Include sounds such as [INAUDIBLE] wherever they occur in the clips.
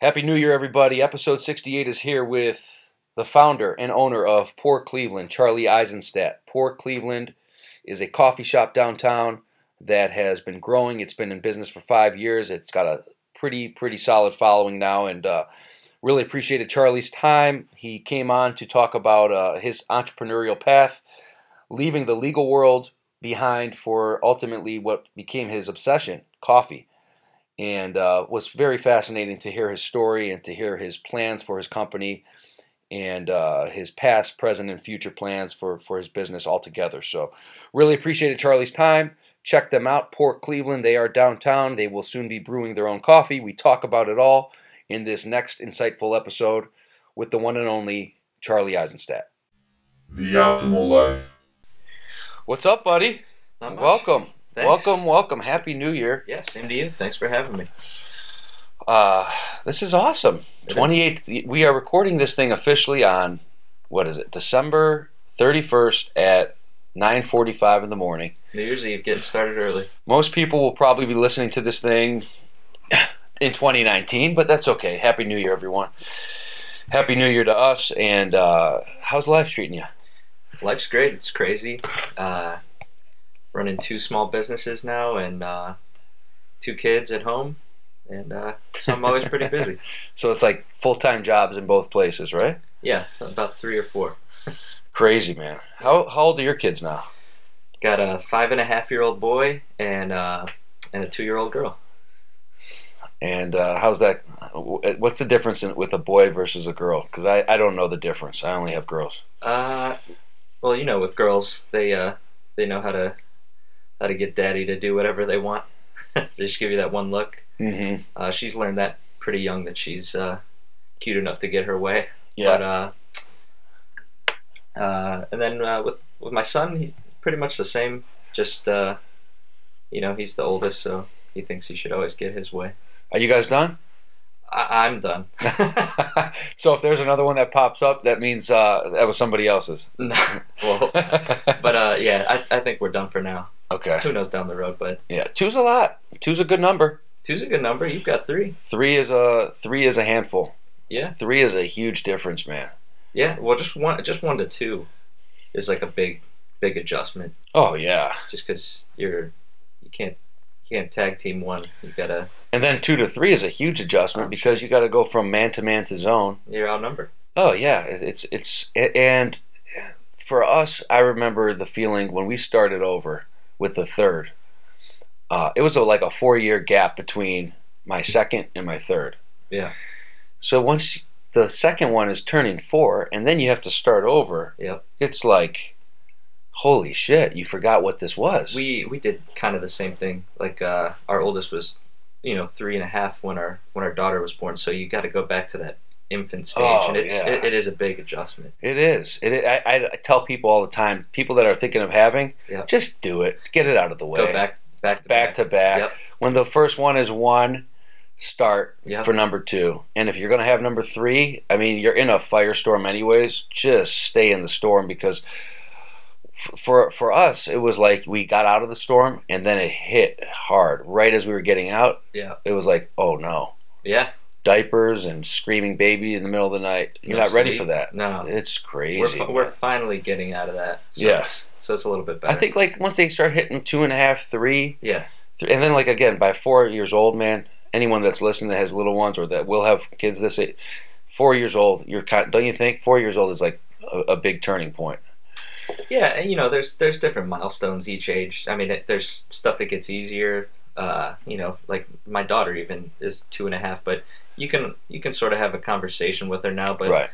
Happy New Year, everybody. Episode 68 is here with the founder and owner of Poor Cleveland, Charlie Eisenstadt. Poor Cleveland is a coffee shop downtown that has been growing. It's been in business for five years. It's got a pretty, pretty solid following now, and uh, really appreciated Charlie's time. He came on to talk about uh, his entrepreneurial path, leaving the legal world behind for ultimately what became his obsession coffee and uh, was very fascinating to hear his story and to hear his plans for his company and uh, his past, present, and future plans for, for his business altogether. So, really appreciated Charlie's time. Check them out, Port Cleveland. They are downtown. They will soon be brewing their own coffee. We talk about it all in this next insightful episode with the one and only Charlie Eisenstadt. The Optimal Life. What's up, buddy? Not much. Welcome. Thanks. Welcome, welcome. Happy New Year. Yeah, same to you. Thanks for having me. Uh, this is awesome. It is. 28th. We are recording this thing officially on what is it? December 31st at 9:45 in the morning. New Year's Eve, getting started early. Most people will probably be listening to this thing [SIGHS] in 2019, but that's okay. Happy New Year, everyone. Happy New Year to us. And uh, how's life treating you? Life's great. It's crazy. Uh, running two small businesses now and uh, two kids at home, and uh, so I'm always pretty busy. So it's like full-time jobs in both places, right? Yeah, about three or four. Crazy, man. How how old are your kids now? Got a five and a half year old boy and uh, and a two year old girl. And uh, how's that? What's the difference in, with a boy versus a girl? Because I, I don't know the difference. I only have girls. Uh, well, you know, with girls, they uh, they know how to how to get daddy to do whatever they want. [LAUGHS] Just give you that one look. Mm-hmm. Uh, she's learned that pretty young that she's uh, cute enough to get her way. Yeah. But, uh, uh, and then uh, with with my son, he's pretty much the same. Just uh, you know, he's the oldest, so he thinks he should always get his way. Are you guys [LAUGHS] done? I- I'm done. [LAUGHS] so if there's another one that pops up, that means uh, that was somebody [LAUGHS] else's. No. well, but uh, yeah, I I think we're done for now. okay. Who knows down the road? But Yeah, two's a lot. Two's a good number. two's a good number. You've got three. Three is a three is a handful. Yeah. Three is a huge difference, man. Yeah. Well, just one, just one to two, is like a big, big adjustment. Oh yeah. just because you're you can't you can't tag team one you gotta And then two to three is a huge Oh, adjustment because you got to go from man to man to zone. you're outnumbered Oh yeah, it- it's it's a- and for us, I remember the feeling when we started over with the third. Uh, it was a, like a four-year gap between my second and my third. Yeah. So once the second one is turning four, and then you have to start over. Yep. It's like, holy shit! You forgot what this was. we we did kind of the same thing like uh our oldest was you know three and a half when our when our daughter was born so you gotta go back to that infant stage Oh, and it's yeah. it, it is a big adjustment it is. It, I, I- I tell people all the time, people that are thinking of having, Yeah. just do it. Get it out of the way. go back back back to back, to back. Yep. When the first one is one, start Yep. for number two. And if you're going to have number three, I mean, you're in a firestorm anyways. Just stay in the storm because f- for for us, it was like we got out of the storm and then it hit hard. Right as we were getting out, Yeah. it was like, oh no, yeah diapers and screaming baby in the middle of the night. You're No not ready sleep. for that. no It's we're, crazy. fi- we're finally getting out of that so Yeah. it's, so it's a little bit better I think like once they start hitting two and a half, three, yeah Th- and then like again by four years old man anyone that's listening that has little ones or that will have kids this age, four years old you're kind don't you think four years old is like a, a big turning point Yeah, and, you know, there's there's different milestones each age. I mean, it, there's stuff that gets easier. Uh, you know, like my daughter even is two and a half, but you can you can sort of have a conversation with her now. But right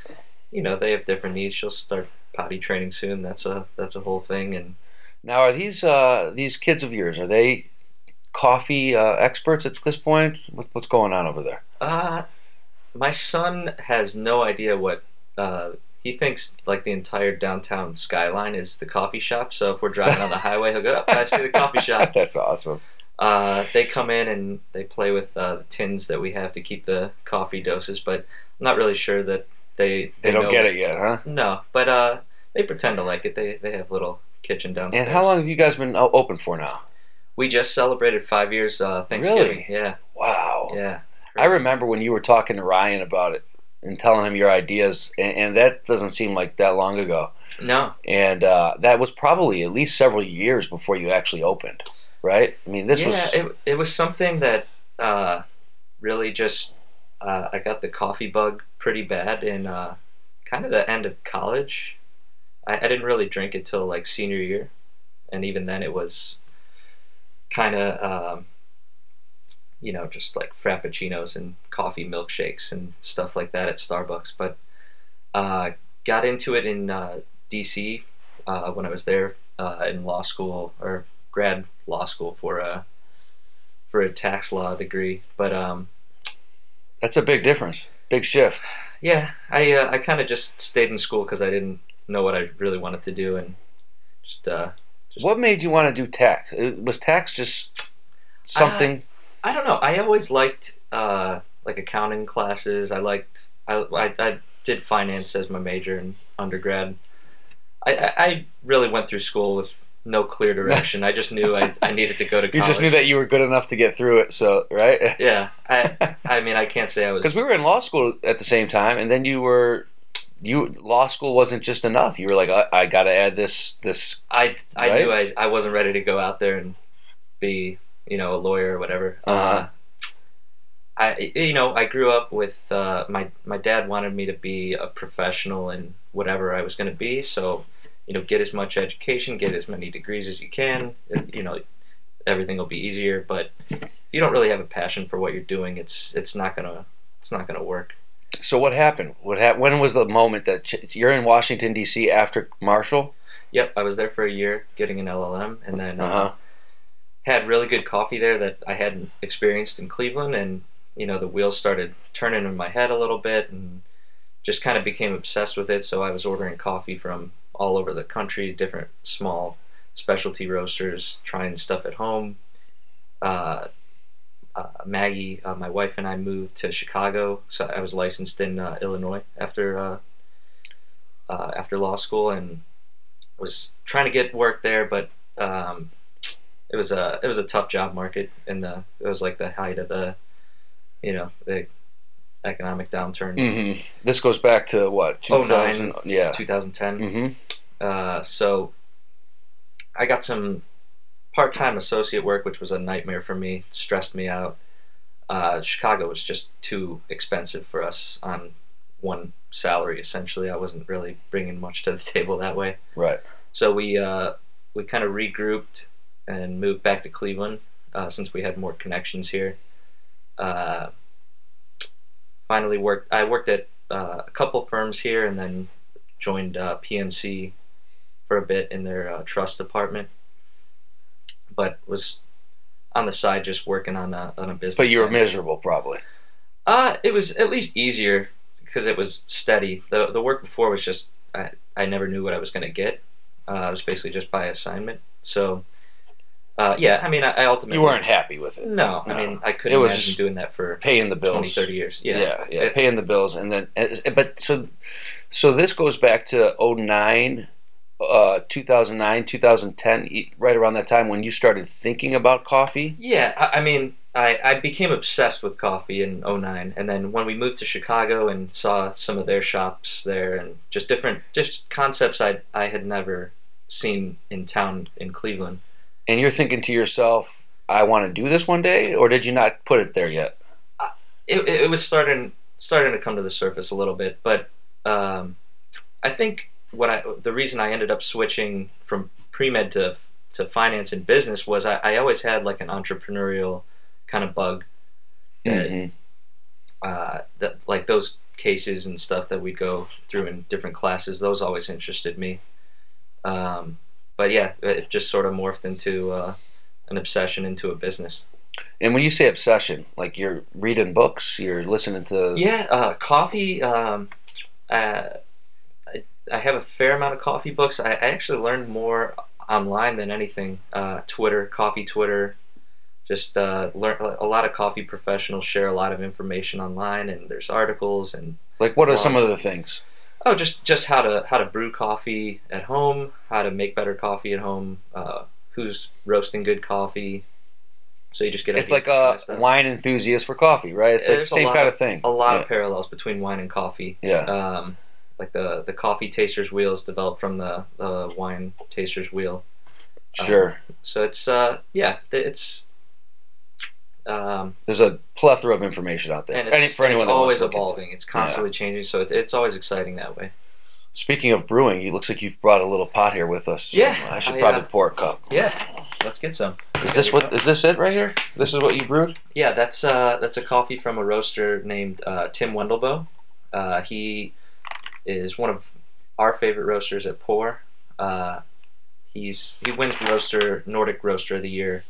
you know, they have different needs. She'll start potty training soon. That's a that's a whole thing. And now are these uh these kids of yours are they coffee uh, experts at this point what, what's going on over there [LAUGHS] uh, my son has no idea what uh, he thinks. Like the entire downtown skyline is the coffee shop. So if we're driving on the highway, he'll go, oh, "I see the coffee shop." that's awesome Uh, they come in and they play with uh, the tins that we have to keep the coffee doses, but I'm not really sure that they they, don't know- get it yet huh No, but uh, they pretend to like it. They they have little kitchen downstairs. and how long have you guys been o- open for now We just celebrated five years uh, Thanksgiving. Really? Yeah, wow yeah. I remember when you were talking to Ryan about it and telling him your ideas, and, and that doesn't seem like that long ago. No, And uh, that was probably at least several years before you actually opened, right? I mean, this yeah, was it, it was something that uh, really just uh, I got the coffee bug pretty bad in uh, kind of the end of college. I, I didn't really drink it till like senior year, and even then it was kind of um, you know just like frappuccinos and coffee milkshakes and stuff like that at Starbucks. But uh, got into it in uh, DC uh, when I was there uh, in law school or grad law school for uh, a for a tax law degree. But um, that's a big difference, big shift. yeah, I uh, I kind of just stayed in school because I didn't know what I really wanted to do and just uh, What made you want to do tax? Uh, Was tax just something? I don't know. I always liked uh, like accounting classes. I liked I, I, I did finance as my major in undergrad. I, I, I really went through school with [LAUGHS] no clear direction. I just knew I, I needed to go to college. you just knew that you were good enough to get through it, so right? [LAUGHS] Yeah, I I mean I can't say I was Because we were in law school at the same time, and then you were you law school wasn't just enough. You were like, I, I got to add this this I I Right? knew I, I wasn't ready to go out there and be you know a lawyer or whatever. uh Uh-huh. I you know I grew up with uh, my my dad wanted me to be a professional in whatever I was going to be. So you know get as much education, get as many degrees as you can. You know everything will be easier. But if you don't really have a passion for what you're doing, it's it's not gonna it's not gonna work. So what happened? What hap- When was the moment that ch- you're in Washington D.C. after Marshall? Yep, I was there for a year getting an LLM, and then. Uh huh. had really good coffee there that I hadn't experienced in Cleveland, and you know the wheels started turning in my head a little bit, and just kind of became obsessed with it. So I was ordering coffee from all over the country, different small specialty roasters, trying stuff at home. Uh, uh, Maggie, uh, my wife, and I moved to Chicago, so I was licensed in uh, Illinois after uh, uh, after law school, and was trying to get work there, but um, it was a it was a tough job market in the it was like the height of the you know the economic downturn hmm This goes back to what? Oh, 2000 nine. Yeah. 2010 Mm-hmm. uh, so I got some part-time associate work which was a nightmare for me stressed me out uh, Chicago was just too expensive for us on one salary essentially I wasn't really bringing much to the [LAUGHS] table that way Right. So we uh, we kind of regrouped and moved back to Cleveland uh, since we had more connections here. Uh, finally worked. I worked at uh, a couple firms here and then joined uh, PNC for a bit in their uh, trust department, but was on the side just working on a on a business. But you were plan. miserable, probably. Uh, it was at least easier because it was steady. The the work before was just I, I never knew what I was going to get. Uh, I was basically just by assignment. So, uh, yeah, I mean, I, I ultimately You weren't happy with it. No, I No. mean, I couldn't It was imagine just doing that for Paying the bills. 20, 30 years. Yeah, yeah, yeah, It- paying the bills, and then and- but so so this goes back to 09, uh, 2009, 2010, e- right around that time when you started thinking about coffee. Yeah, I, I mean, I, I became obsessed with coffee in 09. And then when we moved to Chicago and saw some of their shops there and just different just concepts I, I had never seen in town in Cleveland. And you're thinking to yourself, I want to do this one day, or did you not put it there yet? it, it it was starting starting to come to the surface a little bit, but um, I think what I the reason I ended up switching from pre med to to finance and business was I, I always had like an entrepreneurial kind of bug Yeah. Mhm. uh, that like those cases and stuff that we go through in different classes those always interested me um, but yeah it just sort of morphed into uh, an obsession into a business And when you say obsession, like you're reading books, you're listening to Yeah, uh, coffee. Um, uh, I, I have a fair amount of coffee books. I, I actually learned more online than anything. Uh, Twitter, coffee Twitter. Just uh, learn a lot of coffee professionals share a lot of information online, and there's articles and like what are some of the things? oh, just just how to how to brew coffee at home, how to make better coffee at home, uh, who's roasting good coffee, So you just get It's ideas like to try a stuff. wine enthusiast for coffee, right? It's Yeah, like there's a same lot kind of, thing. a lot of parallels between wine and coffee. yeah. yeah. Um, like the the coffee taster's wheel is developed from the, the wine taster's wheel. um, Sure. So it's uh yeah th- it's um There's a plethora of information out there. and it's, Any- for anyone and it's that wants always to look into it. evolving. It's constantly changing, so it's it's always exciting that way. Speaking of brewing, it looks like you've brought a little pot here with us. Yeah, I should I, probably uh, pour a cup. Yeah, let's get some. Is this what? Is this it right here? This is what you brewed? Yeah, that's uh, that's a coffee from a roaster named uh, Tim Wendelboe. Uh, he is one of our favorite roasters at Pour. Uh, he's he wins roaster Nordic Roaster of the Year.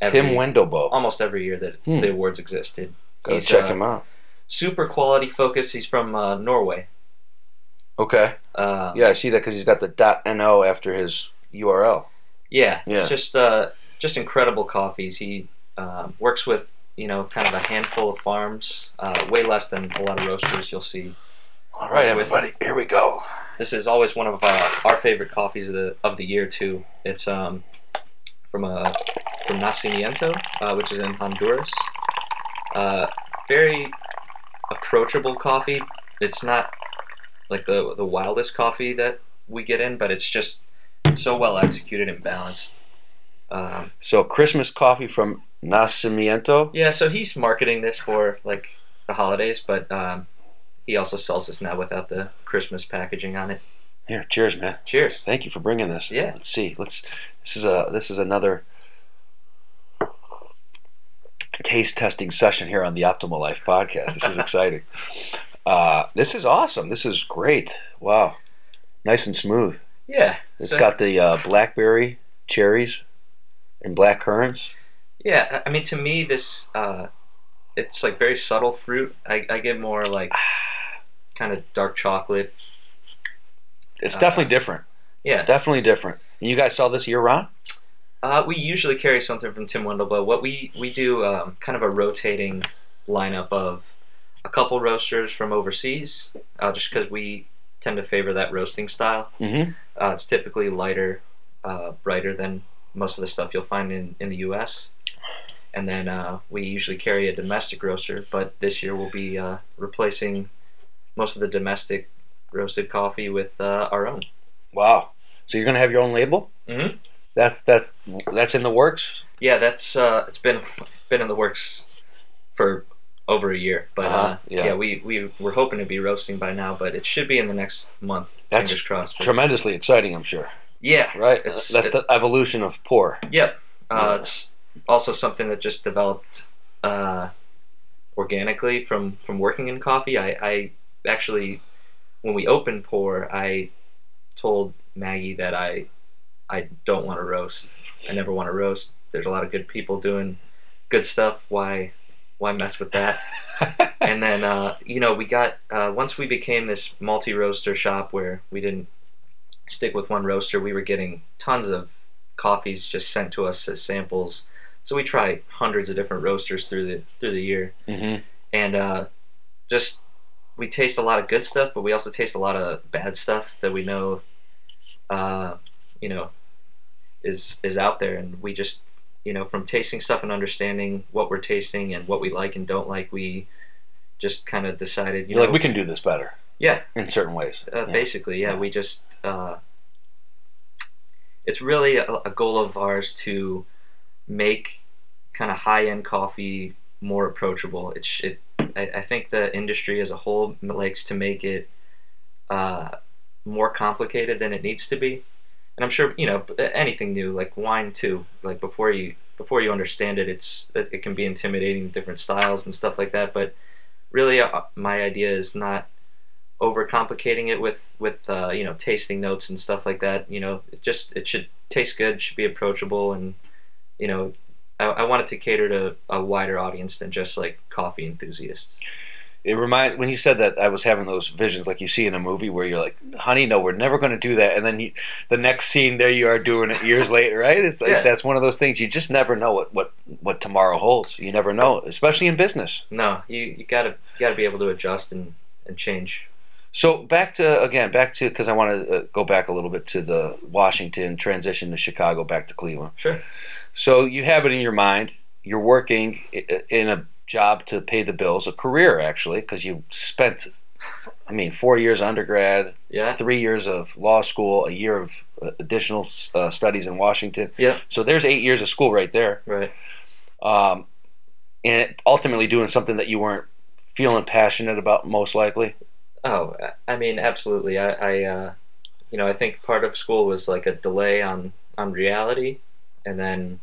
Tim Wendelbo. almost every year that Hmm. the awards existed. Gotta Um, he's, check uh, him out. Super quality focus. He's from uh, Norway. Okay. Um, Yeah, I see that because he's got the dot .no after his URL. Yeah, Yeah. Just uh, just incredible coffees. He um, works with you know kind of a handful of farms, uh, way less than a lot of roasters you'll see. All right, With- everybody, here we go. This is always one of uh, our favorite coffees of the of the year too. It's um, from a from Nacimiento, uh, which is in Honduras. Uh, very approachable coffee. It's not like the the wildest coffee that we get in, but it's just so well executed and balanced. Um, So Christmas coffee from Nacimiento. Yeah, so he's marketing this for like the holidays, but um, he also sells this now without the Christmas packaging on it. Here, cheers, man. Cheers. Thank you for bringing this. Yeah. Let's see. Let's. This is a. This is another taste testing session here on the Optimal Life podcast. This [LAUGHS] is exciting. uh, this is awesome. This is great. Wow. Nice and smooth. Yeah. It's so- got the uh, blackberry, cherries, and black currants. Yeah, I I mean, to me, this uh, it's like very subtle fruit. I, I get more like kind of dark chocolate. It's Uh, definitely different. Yeah. Definitely different. And you guys sell this year round? Uh, we usually carry something from Tim Wendelboe. What we we do um, kind of a rotating lineup of a couple roasters from overseas, uh, just because we tend to favor that roasting style. Mm-hmm. Uh, it's typically lighter, uh, brighter than most of the stuff you'll find in, in the U.S. And then uh, we usually carry a domestic roaster, but this year we'll be uh, replacing most of the domestic roasted coffee with uh, our own. Wow. So you're gonna have your own label? Mhm. That's that's that's in the works. Yeah, that's uh, it's been been in the works for over a year, but uh Uh-huh, yeah. yeah. we we we're hoping to be roasting by now, but it should be in the next month. That's fingers crossed. tremendously exciting, I'm sure. yeah, Right? It's- That's the evolution of pour. Yep. Yeah. Uh, It's also something that just developed uh, organically from, from working in coffee. I, I actually, when we opened Pour, I told Maggie that I I don't want to roast. I never want to roast. There's a lot of good people doing good stuff. Why why mess with that? and then uh, you know we got uh, once we became this multi roaster shop where we didn't stick with one roaster. We were getting tons of coffees just sent to us as samples. So we try hundreds of different roasters through the through the year, Mm-hmm. and uh, just we taste a lot of good stuff, but we also taste a lot of bad stuff that we know, uh, you know, is is out there, and we just you know from tasting stuff and understanding what we're tasting and what we like and don't like, we just kind of decided you You're know like, we can do this better yeah in certain ways. uh, Yeah. basically yeah, Yeah. we just uh, it's really a, a goal of ours to make kind of high-end coffee more approachable it, sh- it I, I think the industry as a whole m- likes to make it uh, more complicated than it needs to be and i'm sure you know b- anything new like wine too like before you before you understand it it's it, it can be intimidating different styles and stuff like that but really uh, my idea is not overcomplicating it with with uh, you know tasting notes and stuff like that. You know, it just it should taste good, should be approachable, and you know, I, I want it to cater to a wider audience than just like coffee enthusiasts. It reminds when you said that I was having those visions like you see in a movie where you're like, "Honey, no, we're never going to do that," and then you, the next scene, there you are doing it [LAUGHS] years later, right? It's like Yeah. that's one of those things you just never know what what what tomorrow holds. You never know, especially in business. No, you you gotta you gotta be able to adjust and and change. So back to again, back to because I want to uh, go back a little bit to the Washington transition to Chicago, back to Cleveland. Sure. So you have it in your mind. you're working i- in a job to pay the bills, a career actually, because you spent, I mean, four years undergrad, Yeah. three years of law school, a year of uh, additional uh, studies in Washington. Yeah. So there's eight years of school right there, Right. um, and ultimately doing something that you weren't feeling passionate about, most likely. Oh, I- I mean, absolutely. I, I uh, you know, I think part of school was like a delay on on reality, and then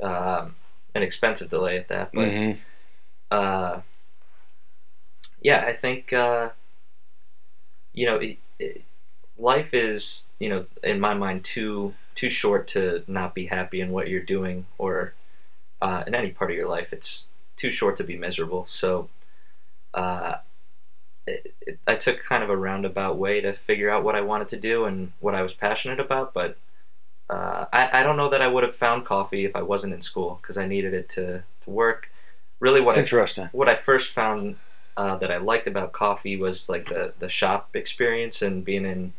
um, an expensive delay at that. But Mhm. uh, yeah, I think uh, you know, it, it, life is you know, in my mind, too too short to not be happy in what you're doing, or uh, in any part of your life. It's too short to be miserable. So, uh, it, it, I took kind of a roundabout way to figure out what I wanted to do and what I was passionate about, but. Uh, I, I don't know that I would have found coffee if I wasn't in school because I needed it to, to work. Really, what It's I interesting. what I first found uh, that I liked about coffee was like the the shop experience and being in,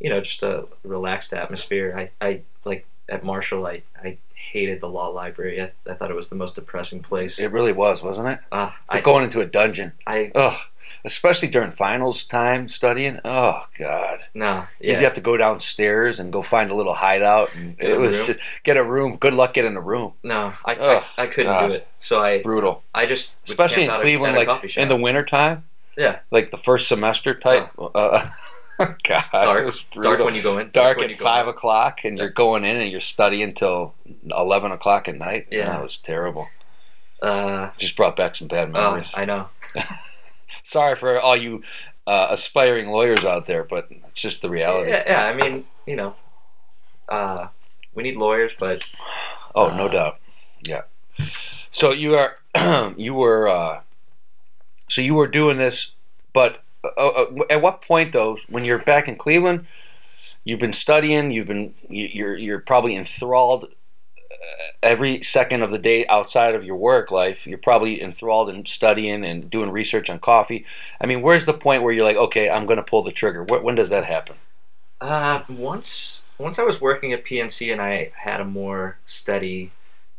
you know, just a relaxed atmosphere. I, I like at Marshall, I, I hated the law library. I, I thought it was the most depressing place. It really was, wasn't it? uh, It's I, like going into a dungeon. I Ugh. Especially during finals time studying. Oh God. no, You'd yeah, have to go downstairs and go find a little hideout. And Get it a was room. just get a room. Good luck getting a room. no, I, Ugh, I, I couldn't God. do it. So I Brutal, I just would especially camp in out at- Cleveland, at a like coffee shop. in the wintertime. Yeah. like the first semester type. Uh, [LAUGHS] God, dark, it was brutal. dark when you go in, Dark when at you go five in. o'clock, and you're going in and you're studying till eleven o'clock at night. Yeah. that was terrible. Uh, Just brought back some bad oh, memories. I know. Sorry for all you uh, aspiring lawyers out there, but it's just the reality. Yeah, yeah, I mean, you know, uh, we need lawyers, but Oh, no Uh, doubt. Yeah. So you are, [CLEARS THROAT] you were, uh, so you were doing this, but uh, uh, at what point though, when you're back in Cleveland, you've been studying, you've been, you- you're, you're probably enthralled uh, every second of the day outside of your work life. You're probably enthralled in studying and doing research on coffee. I mean, where's the point where you're like, okay, I'm going to pull the trigger? Wh- when does that happen? Uh, once once I was working at PNC and I had a more steady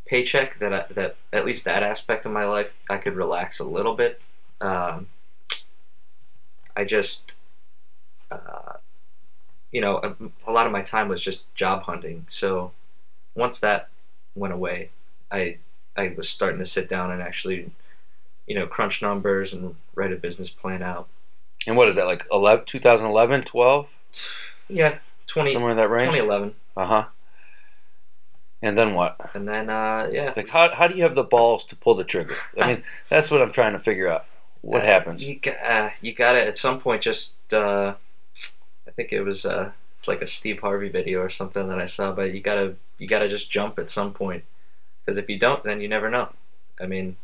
paycheck that I, that at least that aspect of my life I could relax a little bit. Um, I just uh, you know um, a, a lot of my time was just job hunting. So once that went away, I I was starting to sit down and actually you know crunch numbers and write a business plan out. And what is that, like 11, 2011, 12? Yeah, 20, Somewhere in that range? 2011. Uh huh. And then what? And then uh, yeah, Like, how, how do you have the balls to pull the trigger? I mean, that's what I'm trying to figure out. What Uh, happens? You got uh, you got to at some point just uh, I think it was uh, it's like a Steve Harvey video or something that I saw, but you gotta you gotta just jump at some point because if you don't, then you never know. I mean,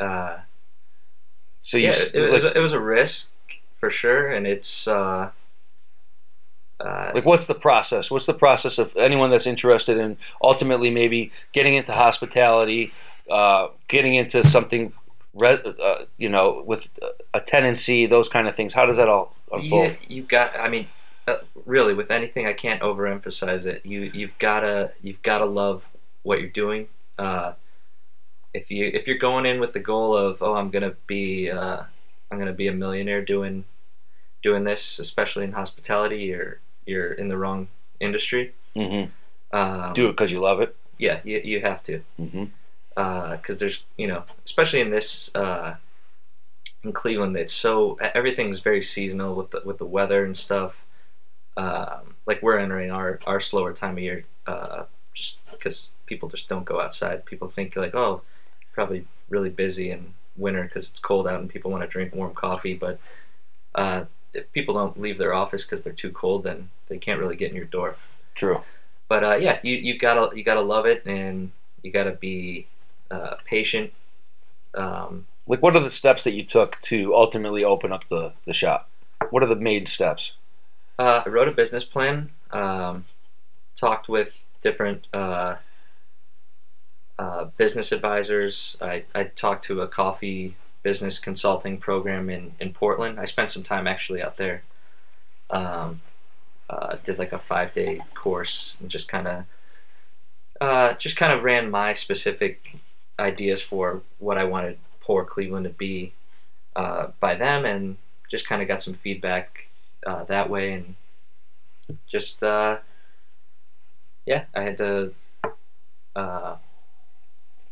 uh, So you, yeah, s it, it was like, it was a risk for sure, and it's uh, uh, like, what's the process? What's the process of anyone that's interested in ultimately maybe getting into hospitality, uh, getting into something, re- uh, you know, with uh, a tenancy, those kind of things? How does that all unfold? Yeah, you got. I mean, uh, really, with anything, I can't overemphasize it. You you've gotta you've gotta love what you're doing. Uh, if you if you're going in with the goal of oh I'm gonna be uh, I'm gonna be a millionaire doing doing this, especially in hospitality, you're you're in the wrong industry. hmm Um, Do it because you love it. yeah, you you have to hmm because uh, there's you know especially in this uh, in Cleveland it's so e, everything's very seasonal with the with the weather and stuff um, like we're entering our our slower time of year uh, just because people just don't go outside people think like oh probably really busy in winter because it's cold out and people want to drink warm coffee but uh, if people don't leave their office because they're too cold then they can't really get in your door True. but uh, yeah, you you gotta you gotta love it, and you gotta be uh, patient. Um, Like, what are the steps that you took to ultimately open up the, the shop? What are the main steps? uh, I wrote a business plan. Um, talked with different uh, uh, business advisors. I, I talked to a coffee business consulting program in, in Portland. I spent some time actually out there. Um, uh, did like a five day course and just kind of uh, just kind of ran my specific ideas for what I wanted poor Cleveland to be uh, by them, and just kind of got some feedback uh, that way, and just uh, yeah, I had to uh,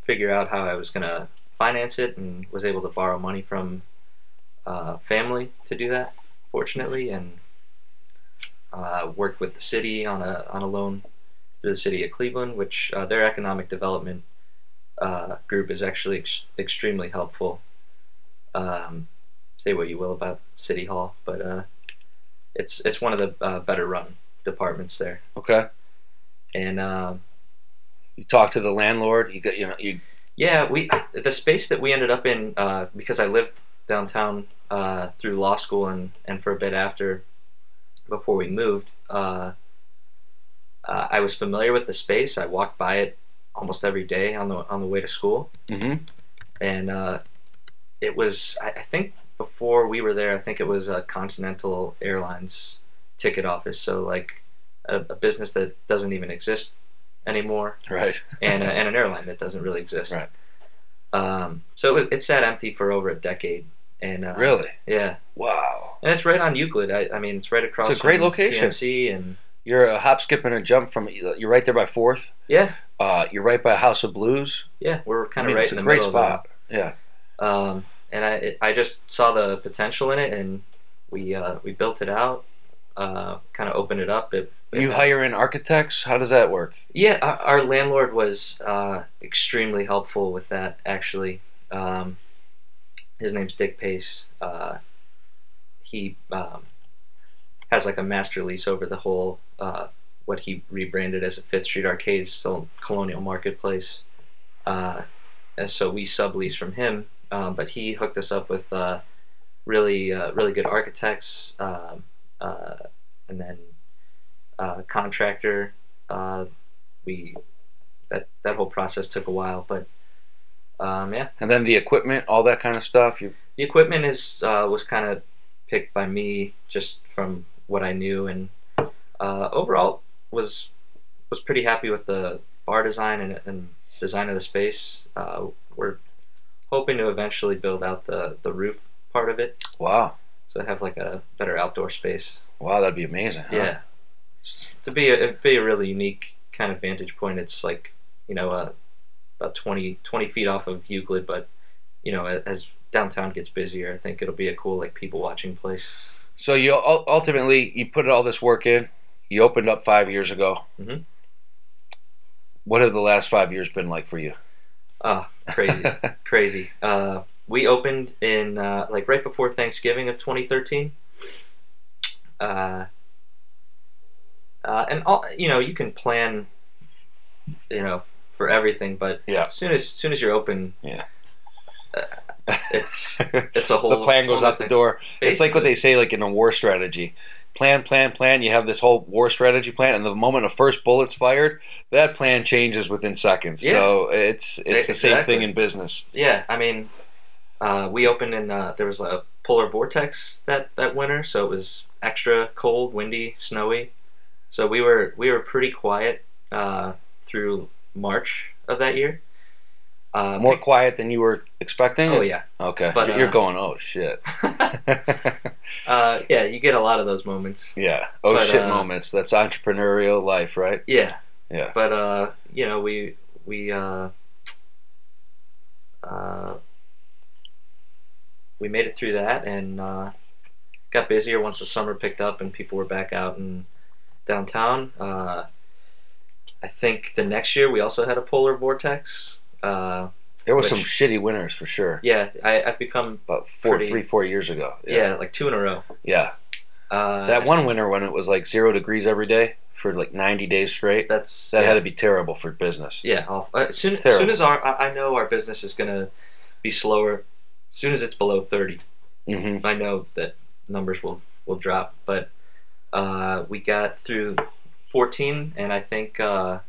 figure out how I was gonna finance it, and was able to borrow money from uh, family to do that, fortunately, and uh, worked with the city on a on a loan through the city of Cleveland, which uh, their economic development uh, group is actually ex- extremely helpful. Um, say what you will about City Hall, but uh, it's it's one of the uh, better run departments there, Okay. and um, You talk to the landlord. You got you know you Yeah, we the space that we ended up in uh, because I lived downtown uh, through law school and, and for a bit after before we moved. Uh, uh, I was familiar with the space. I walked by it almost every day on the on the way to school, mm-hmm. and uh, it was I, I think before we were there, I think it was a Continental Airlines ticket office. So like a, a business that doesn't even exist anymore right. and, a, and an airline that doesn't really exist. Right. Um, so it was it sat empty for over a decade, and uh, Really? yeah, Wow. and it's right on Euclid. I, I mean, it's right across. It's a great from location. PNC and You're a hop, skip, and a jump from. You're right there by Fourth. yeah, Uh, you're right by House of Blues. yeah, we're kind I of mean, right it's in a the great middle Of spot. Yeah. it. Um, and I it, I just saw the potential in it, and we uh, we built it out, uh, kind of opened it up. It, it You hire in architects. How does that work? Yeah, our, our landlord was uh, extremely helpful with that. Actually, um, his name's Dick Pace. Uh, he um, has like a master lease over the whole uh, what he rebranded as a Fifth Street Arcade, so Colonial Marketplace. Uh, and so we sublease from him, um, but he hooked us up with uh, really, uh, really good architects, um, uh, and then uh, contractor. Uh, we that that whole process took a while, but um, yeah, And then the equipment, all that kind of stuff. You the equipment is uh, was kind of picked by me just from what I knew, and uh, overall was was pretty happy with the bar design and, and design of the space. Uh, we're hoping to eventually build out the the roof part of it, wow, so have like a better outdoor space. wow, that'd be amazing. huh? Yeah. To be a, it'd be a really unique kind of vantage point. It's like, you know, uh, about 20, 20 feet off of Euclid, but, you know, a- as downtown gets busier, I think it'll be a cool, like, people watching place. So you ul- ultimately you put all this work in. You opened up five years ago. Mhm. What have the last five years been like for you? Ah, [LAUGHS] crazy. crazy. Uh, we opened in, uh, like, right before Thanksgiving of 2013. Uh, uh, and, all, you know, you can plan, you know, for everything, but Yeah. as soon as, soon as you're open, Yeah. uh, [LAUGHS] it's the it's a whole plan goes whole out the thing. door. It's like what Basically. they say, like in a war strategy. Plan, plan, plan. You have this whole war strategy plan, and the moment a first bullet's fired, that plan changes within seconds. Yeah. So it's it's the same Exactly. thing in business. yeah i mean uh, we opened in uh, there was a polar vortex that that winter so it was extra cold windy snowy so we were we were pretty quiet uh, through march of that year uh, More pic- quiet than you were expecting. oh yeah Okay. But, You're- you're uh, going. Oh [LAUGHS] shit. [LAUGHS] uh, yeah you get a lot of those moments yeah. Oh But, shit uh, moments. That's entrepreneurial life, right? yeah Yeah. but uh, you know we we uh, uh, we made it through that and uh, got busier once the summer picked up and people were back out in downtown. Uh, I think the next year we also had a polar vortex. Uh, There was some Which- shitty winners for sure. yeah, I, I've become About four, Pretty- three, four years ago. yeah. like two in a row. Yeah. Uh, That one winter when it was like zero degrees every day for like 90 days straight. That's That yeah. had to be terrible for business. Yeah, I'll, uh, as soon as Terrible. soon as our I, I know our business is gonna be slower. As soon as it's below thirty, hmm I know that numbers will will drop, but uh, we got through 14, and I think uh,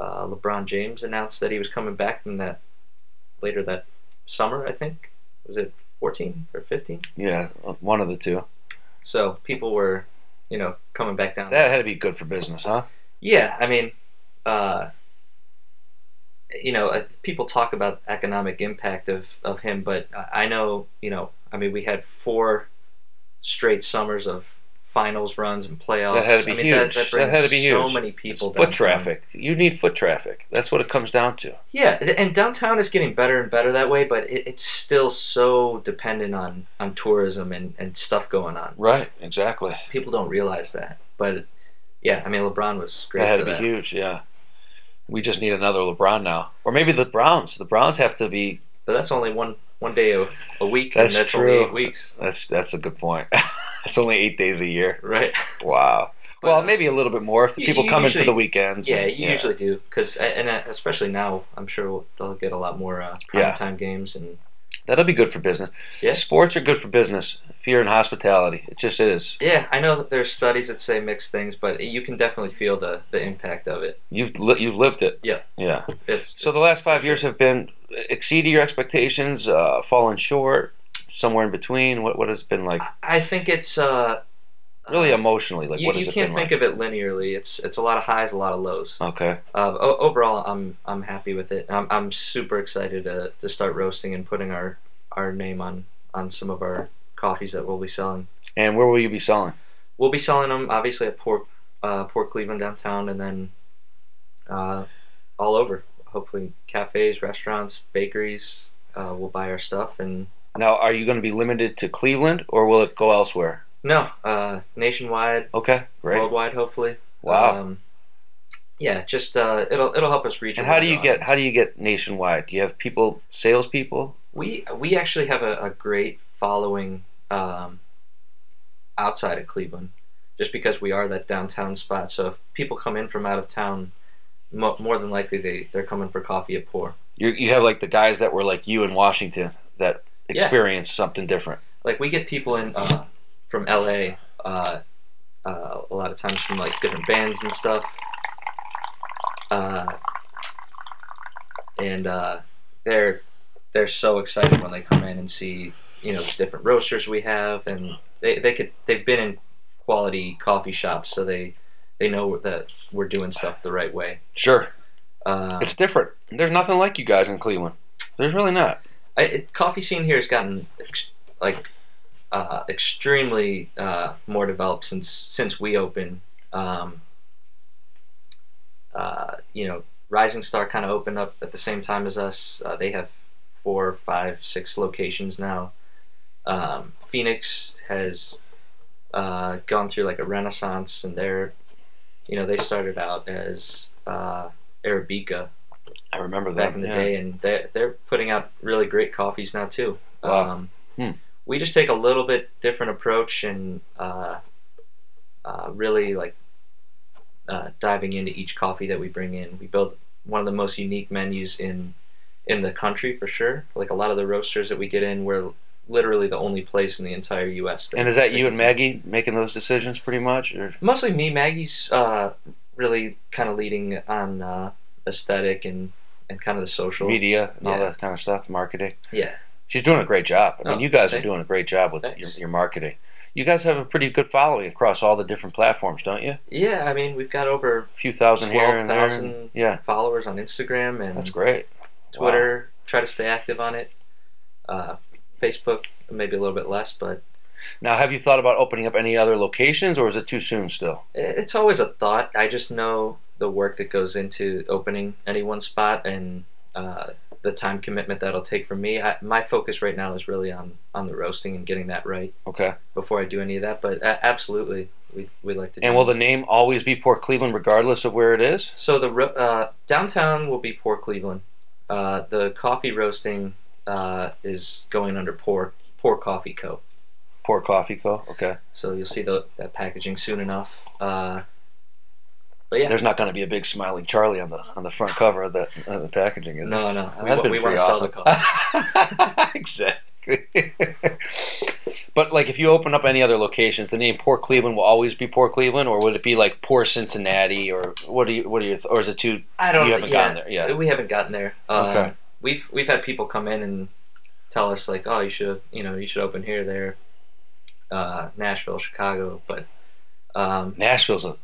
uh, LeBron James announced that he was coming back from that later that summer. I think was it 14 or 15? Yeah, one of the two. So people were, you know, coming back down. That had to be good for business, huh? Yeah, I mean, uh, you know, uh, people talk about economic impact of, of him, but I I know, you know, I mean, we had four straight summers of finals runs and playoffs. That had to be I mean, That, huge. that, That brings had to be so huge. many people. It's foot downtown. traffic. You need foot traffic. That's what it comes down to. Yeah, and downtown is getting better and better that way, but it, it's still so dependent on on tourism and and stuff going on. Right. Exactly. People don't realize that, but yeah, I mean, LeBron was great that had to for be that. huge. Yeah. We just need another LeBron now, or maybe the Browns. The Browns have to be. But that's only one one day a, a week, That's and that's true. only eight weeks, That's that's a good point. [LAUGHS] it's only eight days a year. right? [LAUGHS] Wow. But, well, uh, maybe a little bit more if the you- people you come in usually- for the weekends. Yeah, and- you usually do because, and uh, especially now, I'm sure we'll, they'll get a lot more uh, Yeah. prime time games and that'll be good for business. Yeah. Sports are good for business. If you're in hospitality, it just is. Yeah, I know that there's studies that say mixed things, but you can definitely feel the, the impact of it. You've li- you've lived it. Yeah. Yeah. It's So the last five years have been exceeding your expectations, uh, falling short, somewhere in between. What what has it been like? I think it's uh, Really uh, emotionally, like you, what has you it can't been think of it linearly. It's it's a lot of highs, a lot of lows. like? Okay. Uh, o- overall, I'm I'm happy with it. I'm, I'm super excited to, to start roasting and putting our our name on on some of our coffees that we'll be selling. And where will you be selling? We'll be selling them obviously at Port uh, Port Cleveland downtown, and then uh, all over. Hopefully, cafes, restaurants, bakeries uh, will buy our stuff and Now, are you going to be limited to Cleveland, or will it go elsewhere? No, uh, nationwide, Okay. Great. worldwide, hopefully. Wow. Um, yeah, just uh, it'll it'll help us reach. and a how do wider you get audience. how do you get nationwide? Do you have people, salespeople? We we actually have a, a great following um, outside of Cleveland, just because we are that downtown spot. So if people come in from out of town, mo- more than likely they they're coming for coffee at Pour. You you have like the guys that were like you in Washington that Yeah. experienced something different. Like we get people in uh, from LA. Uh, uh, a lot of times from like different bands and stuff. Uh, and uh, they're they're so excited when they come in and see you know the different roasters we have, and they, they could they've been in quality coffee shops, so they they know that we're doing stuff the right way. Sure. Uh, It's different. There's nothing like you guys in Cleveland. There's really not. I, it, coffee scene here has gotten ex- like uh, extremely uh, more developed since since we opened. Um, uh, you know, Rising Star kind of opened up at the same time as us. Uh, they have four, five, six locations now. Um, Phoenix has uh, gone through like a renaissance, and they're you know they started out as uh, Arabica, I remember that. back in the yeah. day, and they're, they're putting out really great coffees now too. Wow. Um, Hmm. We just take a little bit different approach and uh, uh, really like uh, diving into each coffee that we bring in. We build one of the most unique menus in in the country for sure. Like a lot of the roasters that we get in, we're literally the only place in the entire U.S. And is that you and gets- Maggie making those decisions pretty much? Or Mostly me. Maggie's uh, really kind of leading on uh, aesthetic and and kind of the social media and all Yeah. that kind of stuff, marketing? Yeah. She's doing a great job. I mean, Oh, you guys are thank- doing a great job with your, thanks. your marketing. You guys have a pretty good following across all the different platforms, don't you? Yeah, I mean, we've got over A few thousand here and there. 12,000. Yeah, followers on Instagram that's and great. Twitter. Try to stay active on it. Uh, Facebook, maybe a little bit less, but Now, have you thought about opening up any other locations, or is it too soon still? i- it's always a thought. I just know the work that goes into opening any one spot and uh, the time commitment that'll take for me. I, my focus right now is really on on the roasting and getting that right Okay. before I do any of that. But a- absolutely, we we like to. do And will the name always be Port Cleveland, regardless of where it is? So the ro- uh, downtown will be Poor Cleveland. Uh, the coffee roasting uh, is going under Poor Poor Coffee Co. Port Coffee Co. Okay. So you'll see the, that packaging soon enough. Uh, but yeah, There's not going to be a big smiling Charlie on the on the front cover of the, of the packaging, is there? no, no, we, That'd wa- been we want to pretty sell the coffee. awesome. [LAUGHS] exactly. but like, if you open up any other locations, the name Port Cleveland will always be Port Cleveland, or would it be like Poor Cincinnati, or what do you what do you or is it too? I You don't. haven't yeah, gotten there yet. We haven't gotten there. Um, Okay. We've we've had people come in and tell us like, oh, you should you know you should open here, there, uh, Nashville, Chicago, but um, Nashville's a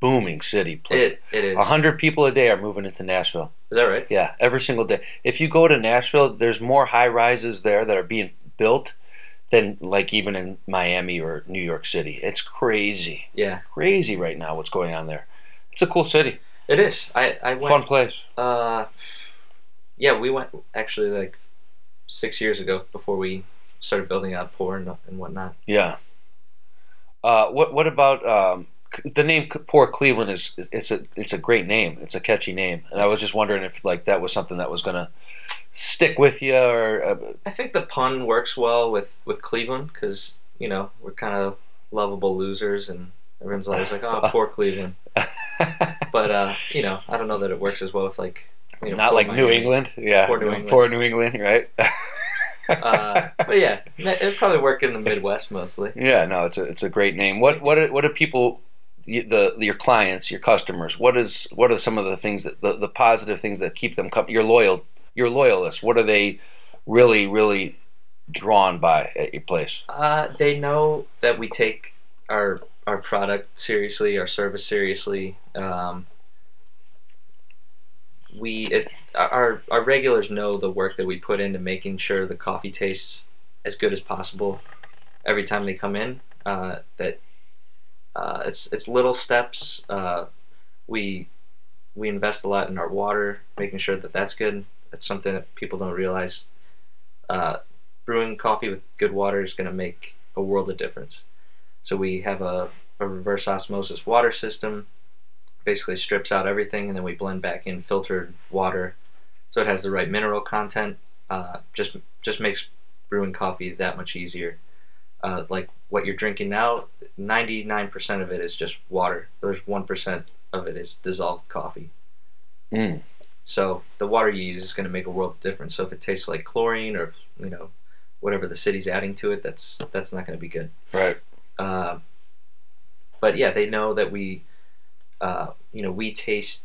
booming city. Pl- It it is. A hundred people a day are moving into Nashville. Is that right? Yeah, every single day. If you go to Nashville, there's more high rises there that are being built than like even in Miami or New York City. It's crazy, Yeah, crazy right now what's going on there. It's a cool city, it is. I I fun went. place. Uh, yeah, we went actually like six years ago before we started building out poor and, and whatnot. Yeah. Uh, what what about um, c- the name C- Poor Cleveland is it's a it's a great name. It's a catchy name, and I was just wondering if like that was something that was gonna stick with you or uh, I think the pun works well with with Cleveland because you know we're kind of lovable losers and everyone's always like, oh, poor Cleveland. [LAUGHS] But uh, you know, I don't know that it works as well with like you know, not poor like New Miami. England. Yeah, Poor New England. Poor New England, right? uh, but yeah, it probably work in the Midwest mostly. Yeah, no, it's a it's a great name. What what do- what do people y- the your clients, your customers? What is what are some of the things that the, the positive things that keep them com- your loyal your loyalists? What are they really really drawn by at your place? Uh, they know that we take our our product seriously, our service seriously. Um, we it, our our regulars know the work that we put into making sure the coffee tastes as good as possible every time they come in. Uh, that uh, it's it's little steps. Uh, we we invest a lot in our water, making sure that that's good. That's something that people don't realize. Uh, brewing coffee with good water is going to make a world of difference. So we have a, a reverse osmosis water system, basically strips out everything, and then we blend back in filtered water, so it has the right mineral content. Uh, just just makes brewing coffee that much easier. Uh, like what you're drinking now, 99% of it is just water. There's 1% of it is dissolved coffee. Mm. So the water you use is going to make a world of difference. So if it tastes like chlorine or if, you know whatever the city's adding to it, that's that's not going to be good. Right. Uh, but yeah, they know that we, uh, you know, we taste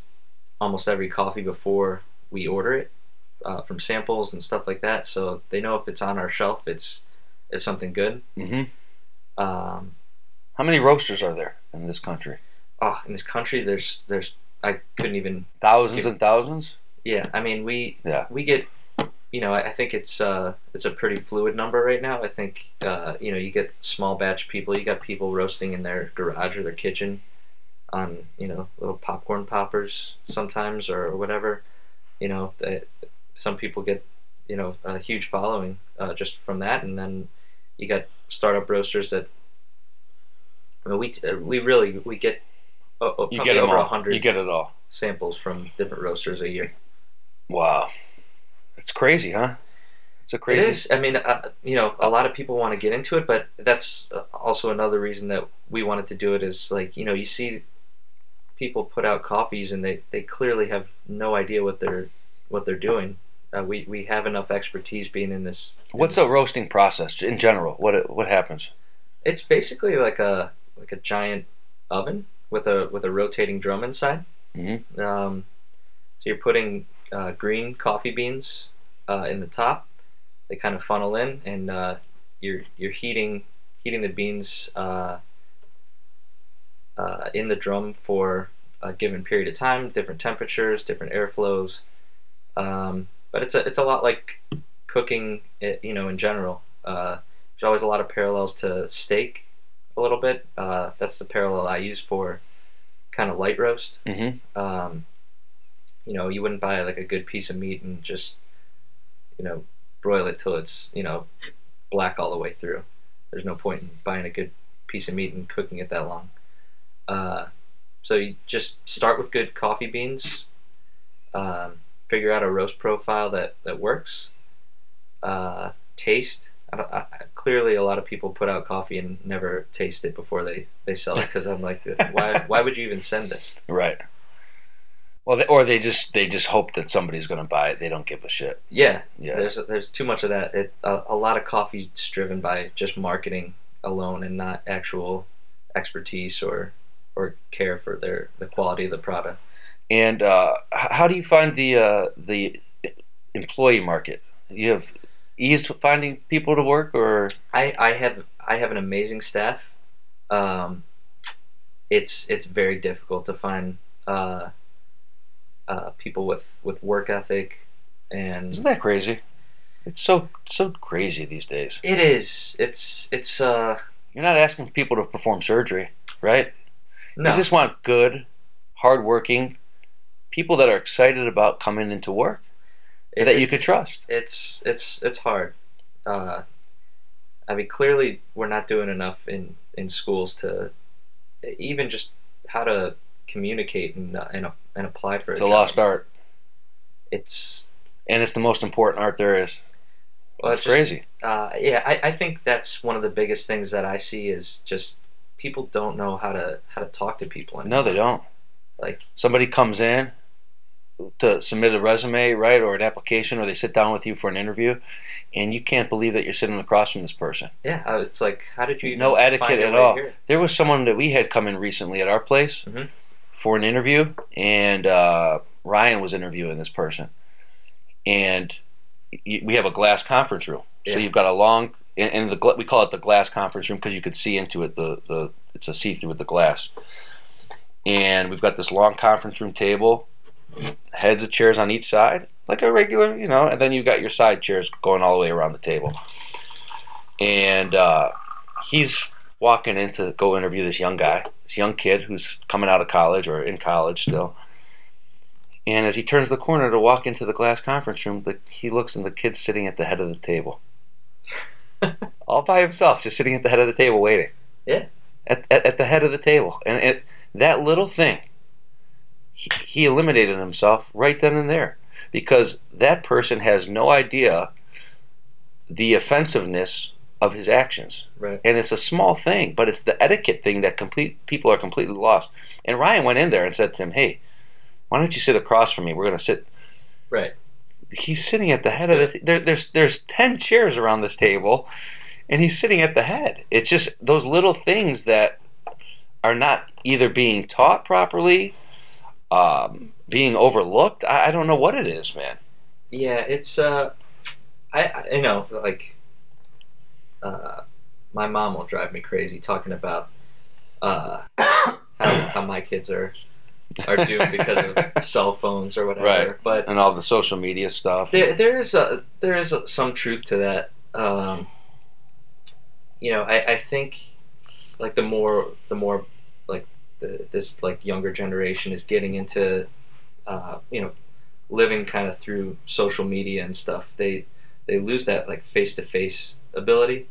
almost every coffee before we order it uh, from samples and stuff like that. So they know if it's on our shelf, it's it's something good. hmm Um, How many roasters are there in this country? oh, in this country, there's there's I couldn't even Thousands Dude. and thousands. Yeah, I mean we Yeah. we get you know I I think it's uh it's a pretty fluid number right now. I think uh you know you get small batch people. You got people roasting in their garage or their kitchen on you know little popcorn poppers sometimes or whatever. You know that some people get you know a huge following uh, just from that, and then you got startup roasters that. I mean, we uh, we really we get uh, uh, You probably get 'em over all. hundred You get it all. samples from different roasters a year. Wow, it's crazy, huh? It's a It crazy. is. I mean, uh, you know, a lot of people want to get into it, but that's uh, also another reason that we wanted to do it is like, you know, you see people put out coffees and they, they clearly have no idea what they're what they're doing. Uh, we, we have enough expertise being in this. in What's this- the roasting process in general? What what happens? It's basically like a like a giant oven with a with a rotating drum inside. Mhm. Um, so you're putting uh, green coffee beans uh, in the top. They kind of funnel in, and uh, you're you're heating heating the beans uh, uh, in the drum for a given period of time, different temperatures, different airflows. Um, but it's a it's a lot like cooking, eh, you know, in general. Uh, there's always a lot of parallels to steak, a little bit. Uh, that's the parallel I use for kind of light roast Mm-hmm. um, you know, you wouldn't buy like a good piece of meat and just, you know, broil it till it's, you know, black all the way through. There's no point in buying a good piece of meat and cooking it that long. Uh, so you just start with good coffee beans, um, figure out a roast profile that, that works, uh, taste. I don't, I, I- clearly, a lot of people put out coffee and never taste it before they, they sell it because I'm like, why, why would you even send this? Right. Well, they, or they just they just hope that somebody's going to buy it. They don't give a shit. Yeah, Yeah. there's there's too much of that. It, a, a lot of coffee's driven by just marketing alone and not actual expertise or or care for their the quality of the product. And uh, h- how do you find the uh, the employee market? You have ease to finding people to work, or I, I have I have an amazing staff. Um, it's it's very difficult to find uh, uh, people with with work ethic and Isn't that crazy? It's so so crazy these days. it is it's it's uh You're not asking people to perform surgery, right? no You just want good, hardworking people that are excited about coming into work it- that you could it's- trust. it's it's it's hard uh i mean clearly we're not doing enough in in schools to even just how to communicate and uh, and, and apply for It's a a lost job. art, it's and it's the most important art there is. well, it's it's just- crazy. uh, yeah, I, I think that's one of the biggest things that I see is just people don't know how to how to talk to people. No, anymore. they don't. Like Somebody comes in to submit a resume, right, or an application, or they sit down with you for an interview, and you can't believe that you're sitting across from this person. yeah, I- it's like how did you even No etiquette find your at way all. here? There was someone that we had come in recently at our place Mhm. for an interview, and uh, Ryan was interviewing this person. And y- we have a glass conference room, so Yeah. you've got a long and, and the gla- we call it the glass conference room because you could see into it. The the it's a see through with the glass, and we've got this long conference room table, heads of chairs on each side, like a regular, you know, and then you've got your side chairs going all the way around the table. And uh, he's walking in to go interview this young guy, this young kid who's coming out of college or in college still. And as he turns the corner to walk into the glass conference room, the, he looks and the kid's sitting at the head of the table. All by himself, just sitting at the head of the table waiting. Yeah. At, at, at the head of the table. And it, that little thing, he, he eliminated himself right then and there because that person has no idea the offensiveness of his actions Right. and it's a small thing, but it's the etiquette thing that complete people are completely lost. And Ryan went in there and said to him, "Hey, why don't you sit across from me? We're gonna sit." Right. He's sitting at the head of the. there, there's there's ten chairs around this table, and he's sitting at the head. It's just those little things that are not either being taught properly, um, being overlooked. I, I don't know what it is, man. Yeah, it's uh, I, I you know like, uh, my mom will drive me crazy talking about uh how, how my kids are are doomed because of cell phones or whatever. Right. But And all the social media stuff. There, there is a, there is a, some truth to that. Um, you know, I, I think like the more the more like the, this like younger generation is getting into uh, you know living kind of through social media and stuff. They they lose that like face to face ability.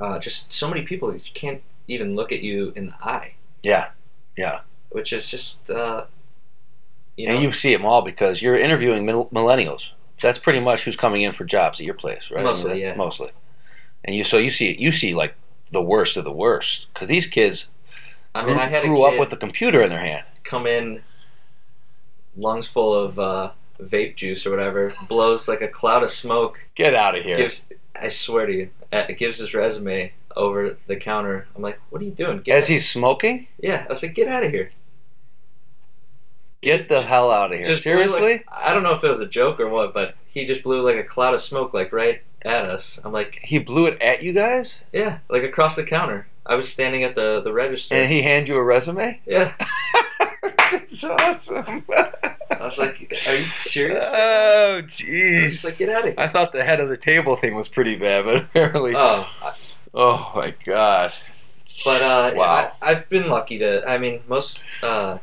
Uh, just so many people you can't even look at you in the eye, yeah. which is just uh, you know and you see them all because you're interviewing middle- millennials. That's pretty much who's coming in for jobs at your place, right? Mostly, I mean, that- yeah. Mostly, and you so you see you see like the worst of the worst because these kids I mean grew, I had grew a kid, up with a computer in their hand. come in lungs full of uh, vape juice or whatever, blows like a cloud of smoke, Get out of here! gives I swear to you, uh, gives his resume over the counter. I'm like, what are you doing? Get As out- he's smoking, yeah, I was like, get out of here. get the hell out of here! Just blew, like- Seriously, I don't know if it was a joke or what, but he just blew like a cloud of smoke like right at us. I'm like, he blew it at you guys, yeah, like across the counter. I was standing at the the register. and he hand you a resume. [LAUGHS] yeah, It's awesome. I was like, are you serious? [LAUGHS] oh, He's like, jeez. get out of here. I thought the head of the table thing was pretty bad, but [LAUGHS] apparently, Oh, oh my god. But uh, Wow. I, I've been lucky to. I mean, most uh,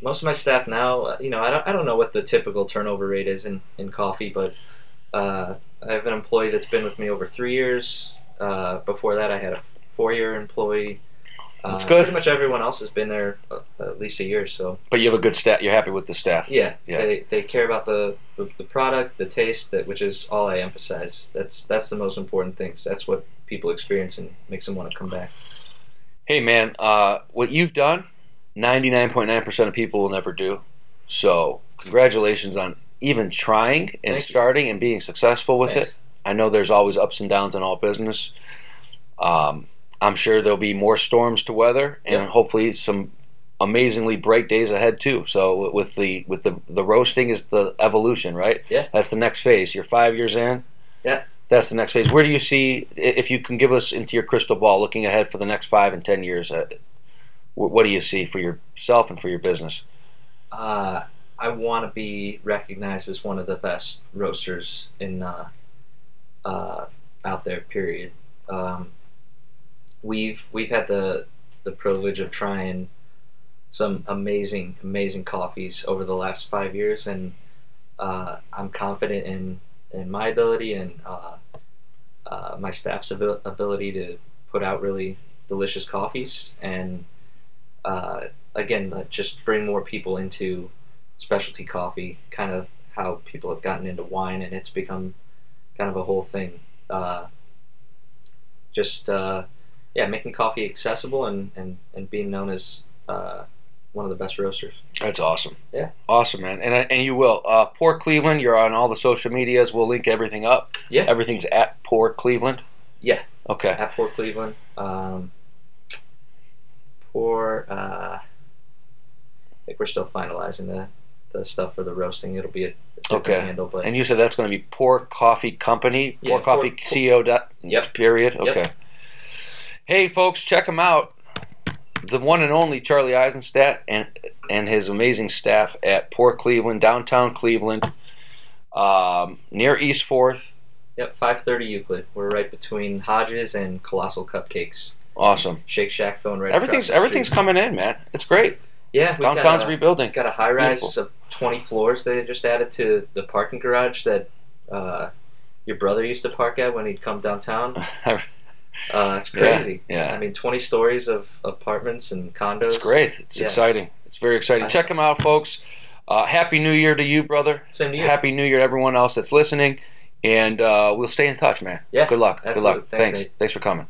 most of my staff now. uh, You know, I don't, I don't know what the typical turnover rate is in in coffee, but uh, I have an employee that's been with me over three years. Uh, before that, I had a four year employee. Uh, That's good. Pretty much everyone else has been there uh, at least a year. So But you have a good staff. You're happy with the staff. yeah, Yeah. They, they care about the, the the product, the taste, that which is all I emphasize. That's that's the most important things. That's what people experience and makes them want to come back. Hey man, uh, what you've done, ninety nine point nine percent of people will never do. So congratulations on even trying and Thank you. starting and being successful with Thanks. it. I know there's always ups and downs in all business. Um, I'm sure there'll be more storms to weather, and Yep. hopefully some amazingly bright days ahead too. So with the with the the roasting is the evolution, right? Yeah. That's the next phase. You're five years in. Yeah. That's the next phase. Where do you see i- if you can give us into your crystal ball, looking ahead for the next five and ten years? Uh, Wh- What do you see for yourself and for your business? Uh, I want to be recognized as one of the best roasters in uh, uh, out there. Period. Um, we've we've had the the privilege of trying some amazing amazing coffees over the last five years, and uh, I'm confident in in my ability and uh, uh, my staff's abil- ability to put out really delicious coffees and. Uh, again, like, just bring more people into specialty coffee, kind of how people have gotten into wine, and it's become kind of a whole thing. Uh, just uh, yeah, making coffee accessible and and, and being known as uh, one of the best roasters. That's awesome. Yeah. Awesome, man. And I, and you will. Uh, Poor Cleveland, you're on all the social medias. We'll link everything up. Yeah. Everything's at Poor Cleveland. Yeah. Okay. at Port Cleveland. Um, poor, uh, I think we're still finalizing the the stuff for the roasting. It'll be a, a different Okay. handle, but And you said that's going to be Poor Coffee Company. Yeah, Poor Coffee Pour- Co. Dot, Yep. Period. Yep. Okay. Hey, folks, check him out. The one and only Charlie Eisenstadt and and his amazing staff at Poor Cleveland, downtown Cleveland, um, near East Fourth. Yep, 5:30 Euclid. We're right between Hodges and Colossal Cupcakes. Awesome. Shake Shack going right. everything's across the everything's street. coming in, man. It's great. yeah. We Downtown's got a, rebuilding. [LAUGHS] got a high rise Beautiful. of 20 floors they just added to the parking garage that uh, your brother used to park at when he'd come downtown. Uh, it's Yeah, crazy. yeah. I mean, 20 stories of apartments and condos. It's great. It's Yeah. exciting. It's very exciting. I- Check them out, folks. Uh, Happy New Year to you, brother. Same to you. Happy New Year to everyone else that's listening. And uh, we'll stay in touch, man. Yeah, Good luck. Good absolutely. luck. Thanks, Thanks. Nate. Thanks for coming.